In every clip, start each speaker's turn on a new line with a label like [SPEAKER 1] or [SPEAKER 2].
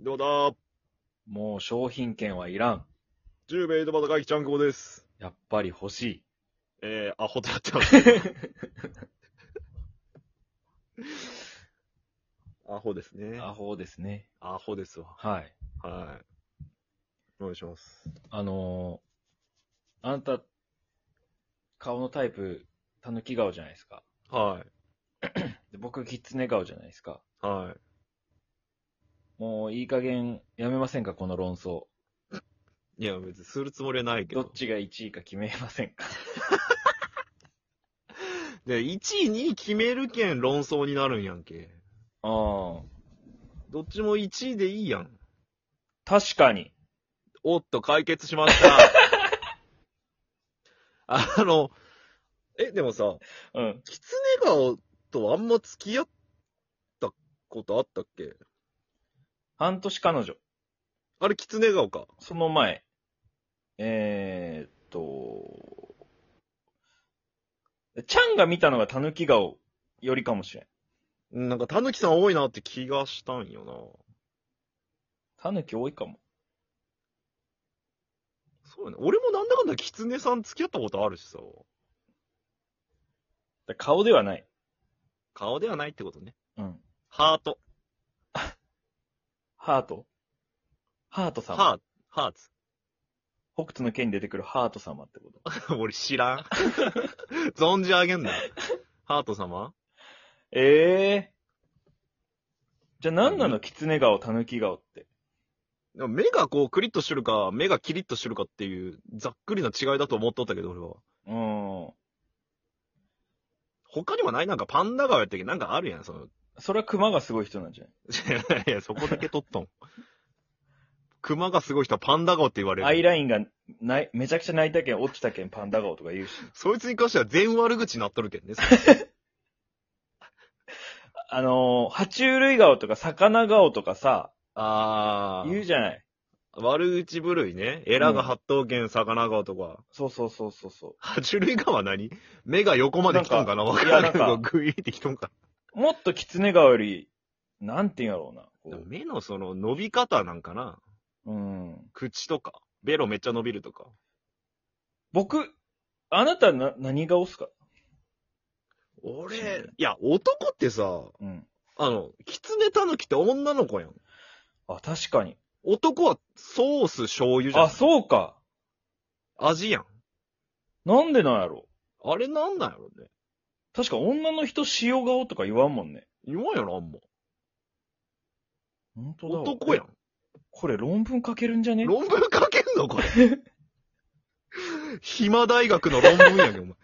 [SPEAKER 1] どうだ
[SPEAKER 2] もう商品券はいらん。
[SPEAKER 1] 10名井戸端会議ちゃんこです。
[SPEAKER 2] やっぱり欲しい。
[SPEAKER 1] えー、アホだってます。 アホですね。
[SPEAKER 2] アホですね。
[SPEAKER 1] アホですわ。
[SPEAKER 2] はい。
[SPEAKER 1] はい。お願いします。
[SPEAKER 2] あのー、あなた、顔のタイプ、たぬき顔じゃないですか。
[SPEAKER 1] は
[SPEAKER 2] で僕、キツネ顔じゃないですか。
[SPEAKER 1] い。はい。
[SPEAKER 2] もういい加減やめませんか、この論争。
[SPEAKER 1] いや、別にするつもりはないけ
[SPEAKER 2] ど
[SPEAKER 1] ど。
[SPEAKER 2] っちが1位か決めませんか。
[SPEAKER 1] で、1位、2位決めるけん論争になるんやんけ。
[SPEAKER 2] ああ。
[SPEAKER 1] どっちも1位でいいやん。
[SPEAKER 2] 確かに。
[SPEAKER 1] おっと、解決しま した。あの、え、でもさ、
[SPEAKER 2] うん。
[SPEAKER 1] キツネ顔とあんま付き合ったことあったっけ
[SPEAKER 2] 半年彼女。
[SPEAKER 1] あれ、キツネ顔か。
[SPEAKER 2] その前。えー、っと、ちゃんが見たのがたぬき顔よりかもしれん。
[SPEAKER 1] なんか、たぬきさん多いなって気がしたんよな。
[SPEAKER 2] タヌキ多いかも。
[SPEAKER 1] そうやね。俺もなんだかんだキツネさん付き合ったことあるしさ。
[SPEAKER 2] だ顔ではない。
[SPEAKER 1] 顔ではないってことね。
[SPEAKER 2] うん。
[SPEAKER 1] ハート。
[SPEAKER 2] ハートハート様。
[SPEAKER 1] ハー、ハーツ。
[SPEAKER 2] 北斗の剣に出てくるハート様ってこと。
[SPEAKER 1] 俺知らん。 存じ上げんな。ハート様
[SPEAKER 2] ええじゃあ何な
[SPEAKER 1] う
[SPEAKER 2] の狐顔、タヌキ顔って。
[SPEAKER 1] でも目がこうクリッとしてるか、目がキリッとしてるかっていう、ざっくりな違いだと思っとったけど、俺は。
[SPEAKER 2] うーん。
[SPEAKER 1] 他にもないなんかパンダ顔やったっけなんかあるやん、その。
[SPEAKER 2] それは熊がすごい人なんじ ゃ
[SPEAKER 1] いや、そこだけ撮っとん。熊がすごい人はパンダ顔って言われ
[SPEAKER 2] な
[SPEAKER 1] る。
[SPEAKER 2] いアイラインがない、めちゃくちゃ泣いたけん、落ちたけん、パンダ顔とか言うし。
[SPEAKER 1] そいつに関しては全悪口になっとるけ んね。
[SPEAKER 2] あのー、爬虫類顔とか魚顔とかさ、
[SPEAKER 1] あ
[SPEAKER 2] 言うじゃない。
[SPEAKER 1] 悪口部類ね。エラが八頭剣、魚顔とか。
[SPEAKER 2] そうそうそうそうそ
[SPEAKER 1] 爬虫類顔は何目が横まで来たんかなわ
[SPEAKER 2] か
[SPEAKER 1] からんけ
[SPEAKER 2] いやな
[SPEAKER 1] ど、
[SPEAKER 2] ん
[SPEAKER 1] グイーって来とんか
[SPEAKER 2] う。もっと狐顔より、なんて言うんやろうな。
[SPEAKER 1] な。
[SPEAKER 2] こ
[SPEAKER 1] 目のその伸び方なんかな
[SPEAKER 2] ううん。
[SPEAKER 1] 口とか。ベロめっちゃ伸びるとか。
[SPEAKER 2] 僕、あなたな、何顔っすか
[SPEAKER 1] 俺、いや、男ってさ、
[SPEAKER 2] うん。
[SPEAKER 1] あの、キツネタヌキって女の子やん。
[SPEAKER 2] あ、確かに。
[SPEAKER 1] 男はソース醤油じゃ
[SPEAKER 2] あ、
[SPEAKER 1] ん。
[SPEAKER 2] そうか。
[SPEAKER 1] 味やん。
[SPEAKER 2] なんでなんやろ
[SPEAKER 1] あれなんなんやろね。
[SPEAKER 2] 確か女の人塩顔とか言わんもんね。
[SPEAKER 1] 言わんよな、あんま。
[SPEAKER 2] 本当だわ。
[SPEAKER 1] 男やん。
[SPEAKER 2] これ論文書けるんじゃね
[SPEAKER 1] 論文書けんのこれ。 暇大学の論文やんけ、お前。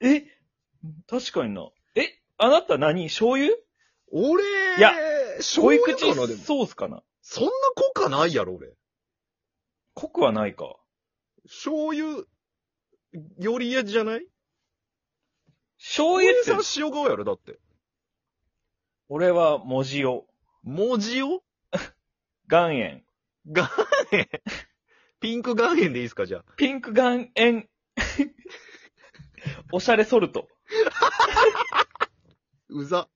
[SPEAKER 2] え確かにな。えあなた何醤油
[SPEAKER 1] 俺、
[SPEAKER 2] いや、
[SPEAKER 1] 醤
[SPEAKER 2] 濃い
[SPEAKER 1] 油
[SPEAKER 2] 口
[SPEAKER 1] かな、でも。
[SPEAKER 2] ソースかな
[SPEAKER 1] そんな濃かないやろ、俺。
[SPEAKER 2] 濃くはないか。
[SPEAKER 1] 醤油、よりえじゃない醤
[SPEAKER 2] 醤油
[SPEAKER 1] 油
[SPEAKER 2] って
[SPEAKER 1] さん、塩顔やろ、だって。
[SPEAKER 2] 俺は文字を。
[SPEAKER 1] 文字を
[SPEAKER 2] 岩塩。
[SPEAKER 1] 岩塩。ピンク岩塩でいいですか、じゃあ。
[SPEAKER 2] ピンク岩塩。 おしゃれソルト。
[SPEAKER 1] うざ。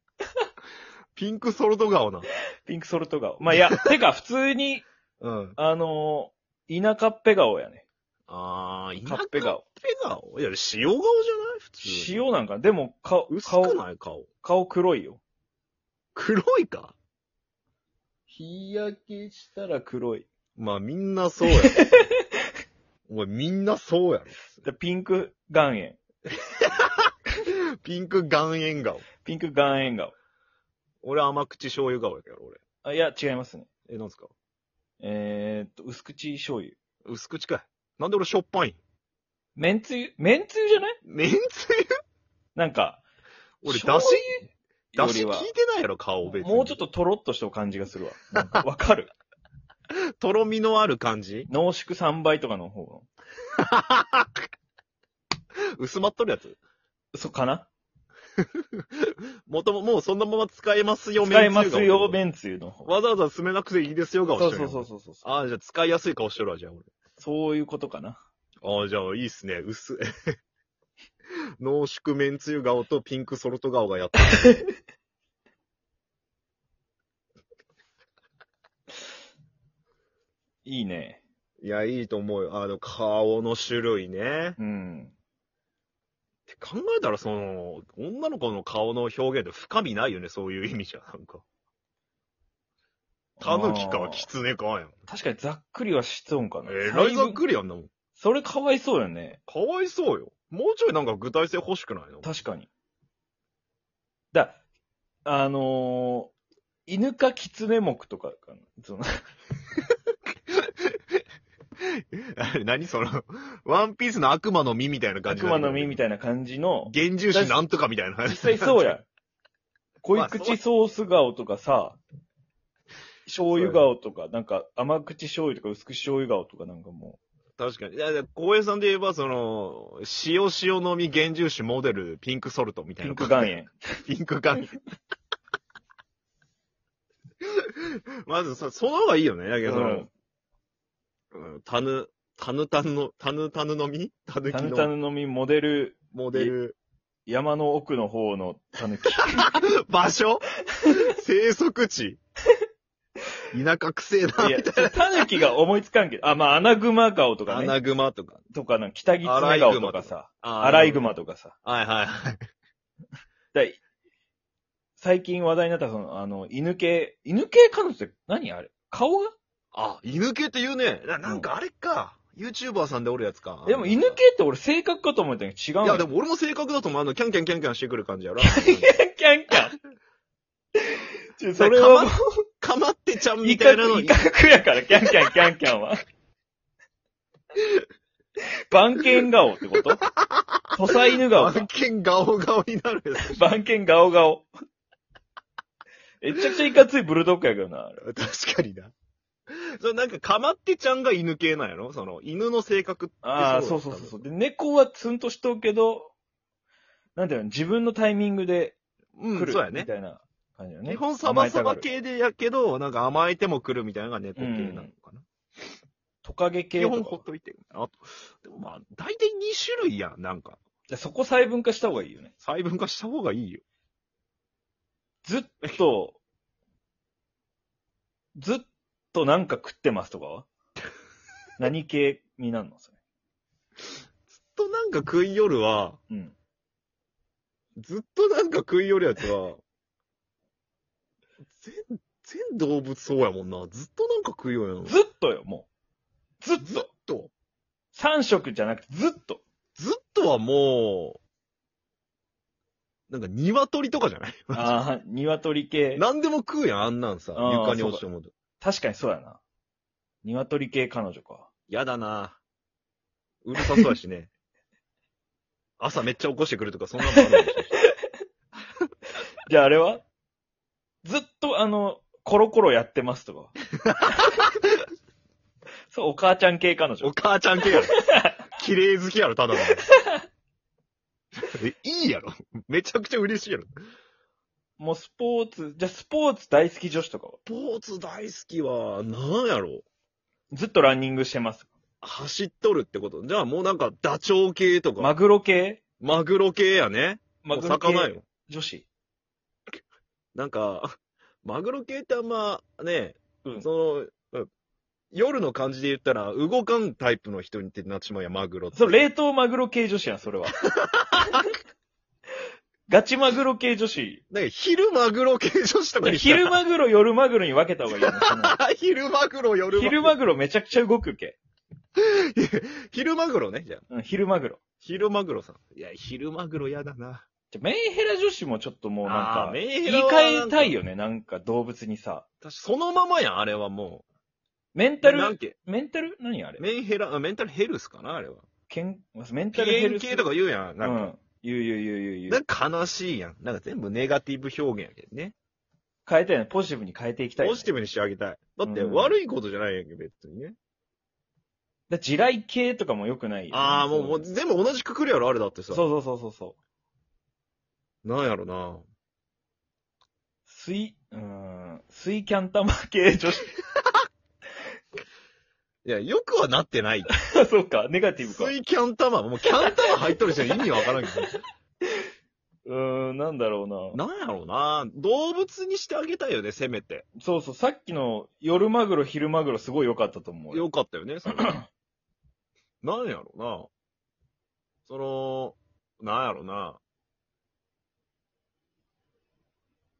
[SPEAKER 1] ピンクソルト顔な。
[SPEAKER 2] ピンクソルト顔。まあ、いや、てか普通に、
[SPEAKER 1] うん。
[SPEAKER 2] あのー田舎っぺ顔やね。
[SPEAKER 1] あー、
[SPEAKER 2] かっぺ顔。
[SPEAKER 1] ペ顔いや、塩顔じゃない普通に。
[SPEAKER 2] 塩なんかなでも、顔、
[SPEAKER 1] 薄
[SPEAKER 2] 顔
[SPEAKER 1] くない顔。
[SPEAKER 2] 顔黒いよ。
[SPEAKER 1] 黒いか
[SPEAKER 2] 日焼けしたら黒い。
[SPEAKER 1] まあみんなそうや ろ。お前みんなそうや
[SPEAKER 2] でピンク岩塩。
[SPEAKER 1] ろ。ピンク岩塩顔。
[SPEAKER 2] ピンク岩塩顔。
[SPEAKER 1] 俺甘口醤油顔やけど、俺。
[SPEAKER 2] あ、いや、違いますね。
[SPEAKER 1] え、なんすか
[SPEAKER 2] えー、っと、薄口醤油。
[SPEAKER 1] 薄口かい。なんで俺しょっぱいん
[SPEAKER 2] めんつゆ、めんつゆじゃない
[SPEAKER 1] めんつゆ
[SPEAKER 2] なんか、
[SPEAKER 1] 俺
[SPEAKER 2] 醤
[SPEAKER 1] だし、
[SPEAKER 2] 油
[SPEAKER 1] だし
[SPEAKER 2] よ
[SPEAKER 1] 効いてないやろ、顔
[SPEAKER 2] り
[SPEAKER 1] 別
[SPEAKER 2] は
[SPEAKER 1] に。
[SPEAKER 2] もうちょっととろっとした感じがするわ。なん かわかる
[SPEAKER 1] と。とろみのある感じ
[SPEAKER 2] 濃縮3倍とかの方の。
[SPEAKER 1] 薄まっとるやつ。
[SPEAKER 2] そうかな
[SPEAKER 1] もとも、もうそんなまま使えますよ、
[SPEAKER 2] 使えま
[SPEAKER 1] めんつ
[SPEAKER 2] す
[SPEAKER 1] ゆ顔
[SPEAKER 2] よ、めんつゆの方。
[SPEAKER 1] わざわざ詰めなくていいですよ、顔
[SPEAKER 2] そ
[SPEAKER 1] し
[SPEAKER 2] う
[SPEAKER 1] てる
[SPEAKER 2] そ
[SPEAKER 1] よ
[SPEAKER 2] うそうそうそう。
[SPEAKER 1] ああ、じゃあ使いやすい顔してるわ、じゃあ俺。
[SPEAKER 2] そういうことかな。
[SPEAKER 1] ああ、じゃあ、いいっすね。薄い。 濃縮めんつゆ顔とピンクソルト顔がやった。
[SPEAKER 2] いいね。
[SPEAKER 1] いや、いいと思うよ。あの、顔の種類ね。
[SPEAKER 2] うん。
[SPEAKER 1] って考えたら、その、女の子の顔の表現って深みないよね、そういう意味じゃ。なんか。タヌキか、キツネかやん。
[SPEAKER 2] 確かにざっくりは質問かな。
[SPEAKER 1] えらいざっ
[SPEAKER 2] り。
[SPEAKER 1] くりやんなもん。
[SPEAKER 2] それかわいそうよね。
[SPEAKER 1] かわいそうよ。もうちょいなんか具体性欲しくないの
[SPEAKER 2] 確かに。だ、あのー犬か狐目とかかな。その
[SPEAKER 1] あれ、 何その、ワンピースの悪魔の実みたいな感じ。
[SPEAKER 2] 悪魔の実み
[SPEAKER 1] い
[SPEAKER 2] たいな感じの、
[SPEAKER 1] な。幻獣師なんとかみたいな。
[SPEAKER 2] 実際そうや。濃い
[SPEAKER 1] まあ
[SPEAKER 2] 口ソース顔とかさ、醤油顔とか、なんか甘口醤油とか薄口醤油顔とかなんかも
[SPEAKER 1] 確かに。いや、いや光栄さんで言えば、その、塩塩の実幻獣種モデルピンクソルトみ
[SPEAKER 2] う、
[SPEAKER 1] たい
[SPEAKER 2] ピ
[SPEAKER 1] な
[SPEAKER 2] ン
[SPEAKER 1] 感
[SPEAKER 2] ク
[SPEAKER 1] じ。
[SPEAKER 2] 岩 塩。
[SPEAKER 1] ピンク岩塩。 まずそ、その方がいいよね。だけど、そのうんタヌ、タヌタヌの、タヌタヌの実タヌ
[SPEAKER 2] タ
[SPEAKER 1] キ
[SPEAKER 2] ヌタ
[SPEAKER 1] の
[SPEAKER 2] ヌの実モデル、
[SPEAKER 1] モデル。
[SPEAKER 2] 山の奥の方のタヌキ。
[SPEAKER 1] 場所 生息地田舎くせえ
[SPEAKER 2] い
[SPEAKER 1] な。
[SPEAKER 2] や、タヌキが思いつかんけど、あ、まあ、アナグマ顔とか
[SPEAKER 1] ア
[SPEAKER 2] ね。
[SPEAKER 1] ナグマとか。
[SPEAKER 2] とか、なんか北ギツネ顔とかさ、ア
[SPEAKER 1] ア
[SPEAKER 2] ライグマとかさ。
[SPEAKER 1] はいはいはい。
[SPEAKER 2] だい最近話題になった、その、あの、犬系、犬系彼女って何あれ顔が
[SPEAKER 1] あ、犬系って言うね。ななんかあれか。YouTuber さんでおるやつか。
[SPEAKER 2] でも犬系って俺性格かと思ったけど違う
[SPEAKER 1] い
[SPEAKER 2] の
[SPEAKER 1] や、でも俺も性格だと思う。あの、キャンキャンキャンキャンしてくる感じ やろ。
[SPEAKER 2] キャンキャン キャン。ちょそ
[SPEAKER 1] そ
[SPEAKER 2] れ
[SPEAKER 1] れ
[SPEAKER 2] は
[SPEAKER 1] は
[SPEAKER 2] も
[SPEAKER 1] もかまってちゃん
[SPEAKER 2] う、威
[SPEAKER 1] みたいな
[SPEAKER 2] 嚇、
[SPEAKER 1] の
[SPEAKER 2] 威
[SPEAKER 1] に。
[SPEAKER 2] 嚇やから、キャンキャンキャンキャンは。番犬顔ってこと土佐犬顔か
[SPEAKER 1] 番。犬ガオガオになるやつ。
[SPEAKER 2] 番犬顔顔。めちゃくちゃいかついブルドッグやけどな、あれ。
[SPEAKER 1] 確かにな。そう、なんか、かまってちゃんが犬系なんやろその、犬の性格って
[SPEAKER 2] ああ、そうそうそうそう。で、猫はツンとしとうけど、なんていうの、自分のタイミングで
[SPEAKER 1] う
[SPEAKER 2] 来
[SPEAKER 1] ん、
[SPEAKER 2] る、
[SPEAKER 1] そうや
[SPEAKER 2] み
[SPEAKER 1] ね。
[SPEAKER 2] たいな感じだね。
[SPEAKER 1] 日本サバサ
[SPEAKER 2] 甘
[SPEAKER 1] バ
[SPEAKER 2] えたがる
[SPEAKER 1] 系でやけど、なんか甘えても来るみたいなのが猫系なのかな。
[SPEAKER 2] トカゲ系
[SPEAKER 1] 基本
[SPEAKER 2] と
[SPEAKER 1] ほ
[SPEAKER 2] か
[SPEAKER 1] っ。といて。あと、でもまあ、大体2種類やん、なんか。
[SPEAKER 2] じゃあそこ細分化した方がいいよね。
[SPEAKER 1] 細分化した方がいいよ。
[SPEAKER 2] ずっ と、ずっとなんか食ってますと かは何系になるのそれ。
[SPEAKER 1] となんか食いよるは、
[SPEAKER 2] うん。
[SPEAKER 1] ずっとなんか食いよるやつは、全、全動物そうやもんな。ずっとなんか食いよるやん。
[SPEAKER 2] ずっとよ、もう。ずっ
[SPEAKER 1] ずっ
[SPEAKER 2] と。
[SPEAKER 1] と。
[SPEAKER 2] 三食じゃなくてずっと。
[SPEAKER 1] ずっとはもう、なんか鶏とかじゃない
[SPEAKER 2] ああ、鶏系。
[SPEAKER 1] 何でも食うやん、あんなんさ。
[SPEAKER 2] あー
[SPEAKER 1] 床に落ちても。
[SPEAKER 2] 確かにそうやな。鶏系彼女か。
[SPEAKER 1] やだなうるさそうやし ね。朝めっちゃ起こしてくるとか、そんなのあるでし
[SPEAKER 2] じゃああれはずっとあの、コロコロやってますとか は。そう、お母ちゃん系彼
[SPEAKER 1] ょ。
[SPEAKER 2] 女
[SPEAKER 1] お。母ちゃん 系やろ。綺麗好きやろ、ただの。えいいやろ。めちゃくちゃ嬉しいやろ。
[SPEAKER 2] もうスポーツ、じゃあスポーツ大好き女子とかは。
[SPEAKER 1] スポーツ大好きは、なんやろ。
[SPEAKER 2] ずっとランニングしてます。
[SPEAKER 1] 走っとるってこと。じゃあもうなんか、ダチョウ系とか、
[SPEAKER 2] マグロ系
[SPEAKER 1] マグロ系やね。
[SPEAKER 2] マグ
[SPEAKER 1] も
[SPEAKER 2] ロ
[SPEAKER 1] う魚
[SPEAKER 2] 系
[SPEAKER 1] よ。
[SPEAKER 2] 女子。
[SPEAKER 1] なんか、 マグロ系ってあんま、ね、
[SPEAKER 2] うん。
[SPEAKER 1] その、うん夜の感じで言ったら、動かんタイプの人にってなっちまうやん、マグロって。
[SPEAKER 2] そう、冷凍マグロ系女子やん、 それは。ガチマグロ系女子。
[SPEAKER 1] なんか昼マグロ系女子とかにしたら
[SPEAKER 2] 昼マグロ、夜マグロに分けた方がいいよね その
[SPEAKER 1] 昼マグロ、夜マグロ。
[SPEAKER 2] 昼マグロめちゃくちゃ動くけ。
[SPEAKER 1] 昼マグロね、じゃあ。
[SPEAKER 2] うん、昼マグロ。
[SPEAKER 1] 昼マグロさん。いや、昼マグロ嫌だな。
[SPEAKER 2] じゃメンヘラ女子もちょっともうなん
[SPEAKER 1] あー
[SPEAKER 2] か、
[SPEAKER 1] メン
[SPEAKER 2] 言
[SPEAKER 1] ヘ
[SPEAKER 2] い
[SPEAKER 1] ラは
[SPEAKER 2] 換えたいよね、なんか動物にさ。
[SPEAKER 1] 私、そのままやん、あれはも
[SPEAKER 2] メン
[SPEAKER 1] う。
[SPEAKER 2] タ
[SPEAKER 1] なん
[SPEAKER 2] ル、
[SPEAKER 1] け
[SPEAKER 2] メンタル何あれ
[SPEAKER 1] メンヘラ、あメンタルヘルスかな、あれは。
[SPEAKER 2] けんメン
[SPEAKER 1] ピ
[SPEAKER 2] タルヘ
[SPEAKER 1] エン
[SPEAKER 2] ルス。
[SPEAKER 1] 系とか言うやん。
[SPEAKER 2] う
[SPEAKER 1] なんか、
[SPEAKER 2] ん。言う言う言う言う言う
[SPEAKER 1] なんか悲しいやん。なんか全部ネガティブ表現やけどね。
[SPEAKER 2] 変えたいね。ポジティブに変えていきたい、ね。
[SPEAKER 1] ポジティブにしてあげたい。だって、
[SPEAKER 2] うん
[SPEAKER 1] 悪いことじゃないやんけ、別にね。
[SPEAKER 2] だ地雷系とかも良くないよね、
[SPEAKER 1] ああ、もう、もう
[SPEAKER 2] そ
[SPEAKER 1] 全部同じくくりやろ、あれだってさ。
[SPEAKER 2] そうそうそうそう。
[SPEAKER 1] なんやろな。
[SPEAKER 2] 水、うーん、水キャン玉系女子。
[SPEAKER 1] いや、よくはなってない。
[SPEAKER 2] そうか、ネガティブか。
[SPEAKER 1] 水キャン玉。もうキャン玉入っとる人に意味わからんけど。
[SPEAKER 2] うーーん、なんだろうな。
[SPEAKER 1] なんやろうな。動物にしてあげたいよね、せめて。
[SPEAKER 2] そうそう、さっきの夜マグロ、昼マグロすごい良かったと思うよ。
[SPEAKER 1] よかったよね、それ。なんやろうな。その、なんやろうな。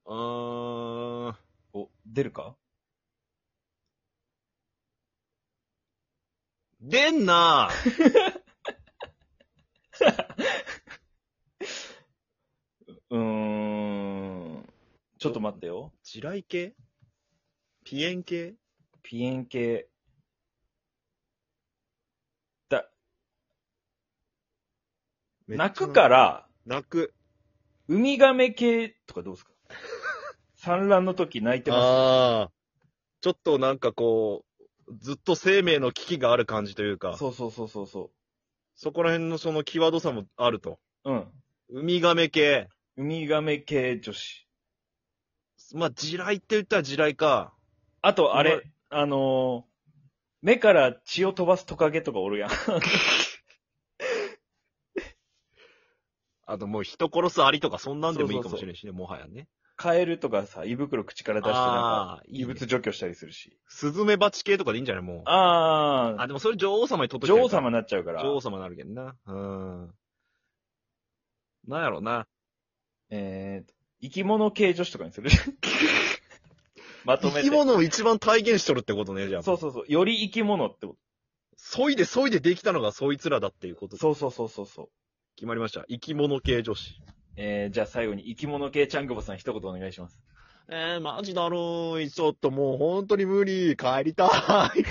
[SPEAKER 1] うーん。
[SPEAKER 2] お、出るか
[SPEAKER 1] 出んな
[SPEAKER 2] うーん。ちょっと待ってよ。
[SPEAKER 1] 地雷系ピエン系。
[SPEAKER 2] ピエン系。だ、泣くからら、
[SPEAKER 1] 泣く。
[SPEAKER 2] ウミガメ系とかどうですか産卵の時泣いてま
[SPEAKER 1] ああ。ちょっとなんかこう、ずっと生命の危機がある感じというか、
[SPEAKER 2] す。
[SPEAKER 1] そ
[SPEAKER 2] そうそうそうそうそ
[SPEAKER 1] こら辺のその際どさもあると。
[SPEAKER 2] う。うん。
[SPEAKER 1] ウミガメ系。
[SPEAKER 2] ウミガメ系女子。
[SPEAKER 1] まあ、地雷って言ったら地雷か。
[SPEAKER 2] あと、あ
[SPEAKER 1] うま
[SPEAKER 2] れ、あのー目から血を飛ばすトカゲとかおるやん。
[SPEAKER 1] あともう人殺すアリとかそんなんでもいいかもしれんしね、もはやね。
[SPEAKER 2] カエルとかさ、胃袋口から出してなんか、
[SPEAKER 1] ああー、い
[SPEAKER 2] 異
[SPEAKER 1] いね
[SPEAKER 2] 物除去したりするし。
[SPEAKER 1] スズメバチ系とかでいいんじゃないもう。
[SPEAKER 2] ああ
[SPEAKER 1] あ、でもそれ女王様にとっときたい
[SPEAKER 2] 女
[SPEAKER 1] か
[SPEAKER 2] 王様になっちゃうから。
[SPEAKER 1] 女王様になるけんな。うん。なんやろな。
[SPEAKER 2] えーと、生き物系女子とかにするまとめ
[SPEAKER 1] 生
[SPEAKER 2] て。
[SPEAKER 1] き物を一番体現しとるってことね、じゃあ。
[SPEAKER 2] そうそうそう。より生き物ってこ。
[SPEAKER 1] そいでそいでできたのがそいつらだっていうことと。
[SPEAKER 2] そうそうそうそうそう。
[SPEAKER 1] 決まりました。生き物系女子。
[SPEAKER 2] えー、じゃあ最後に生き物系ちゃんくぼさん一言お願いします。
[SPEAKER 1] えー、マジだろーい。ちょっともう本当に無理。帰りたい。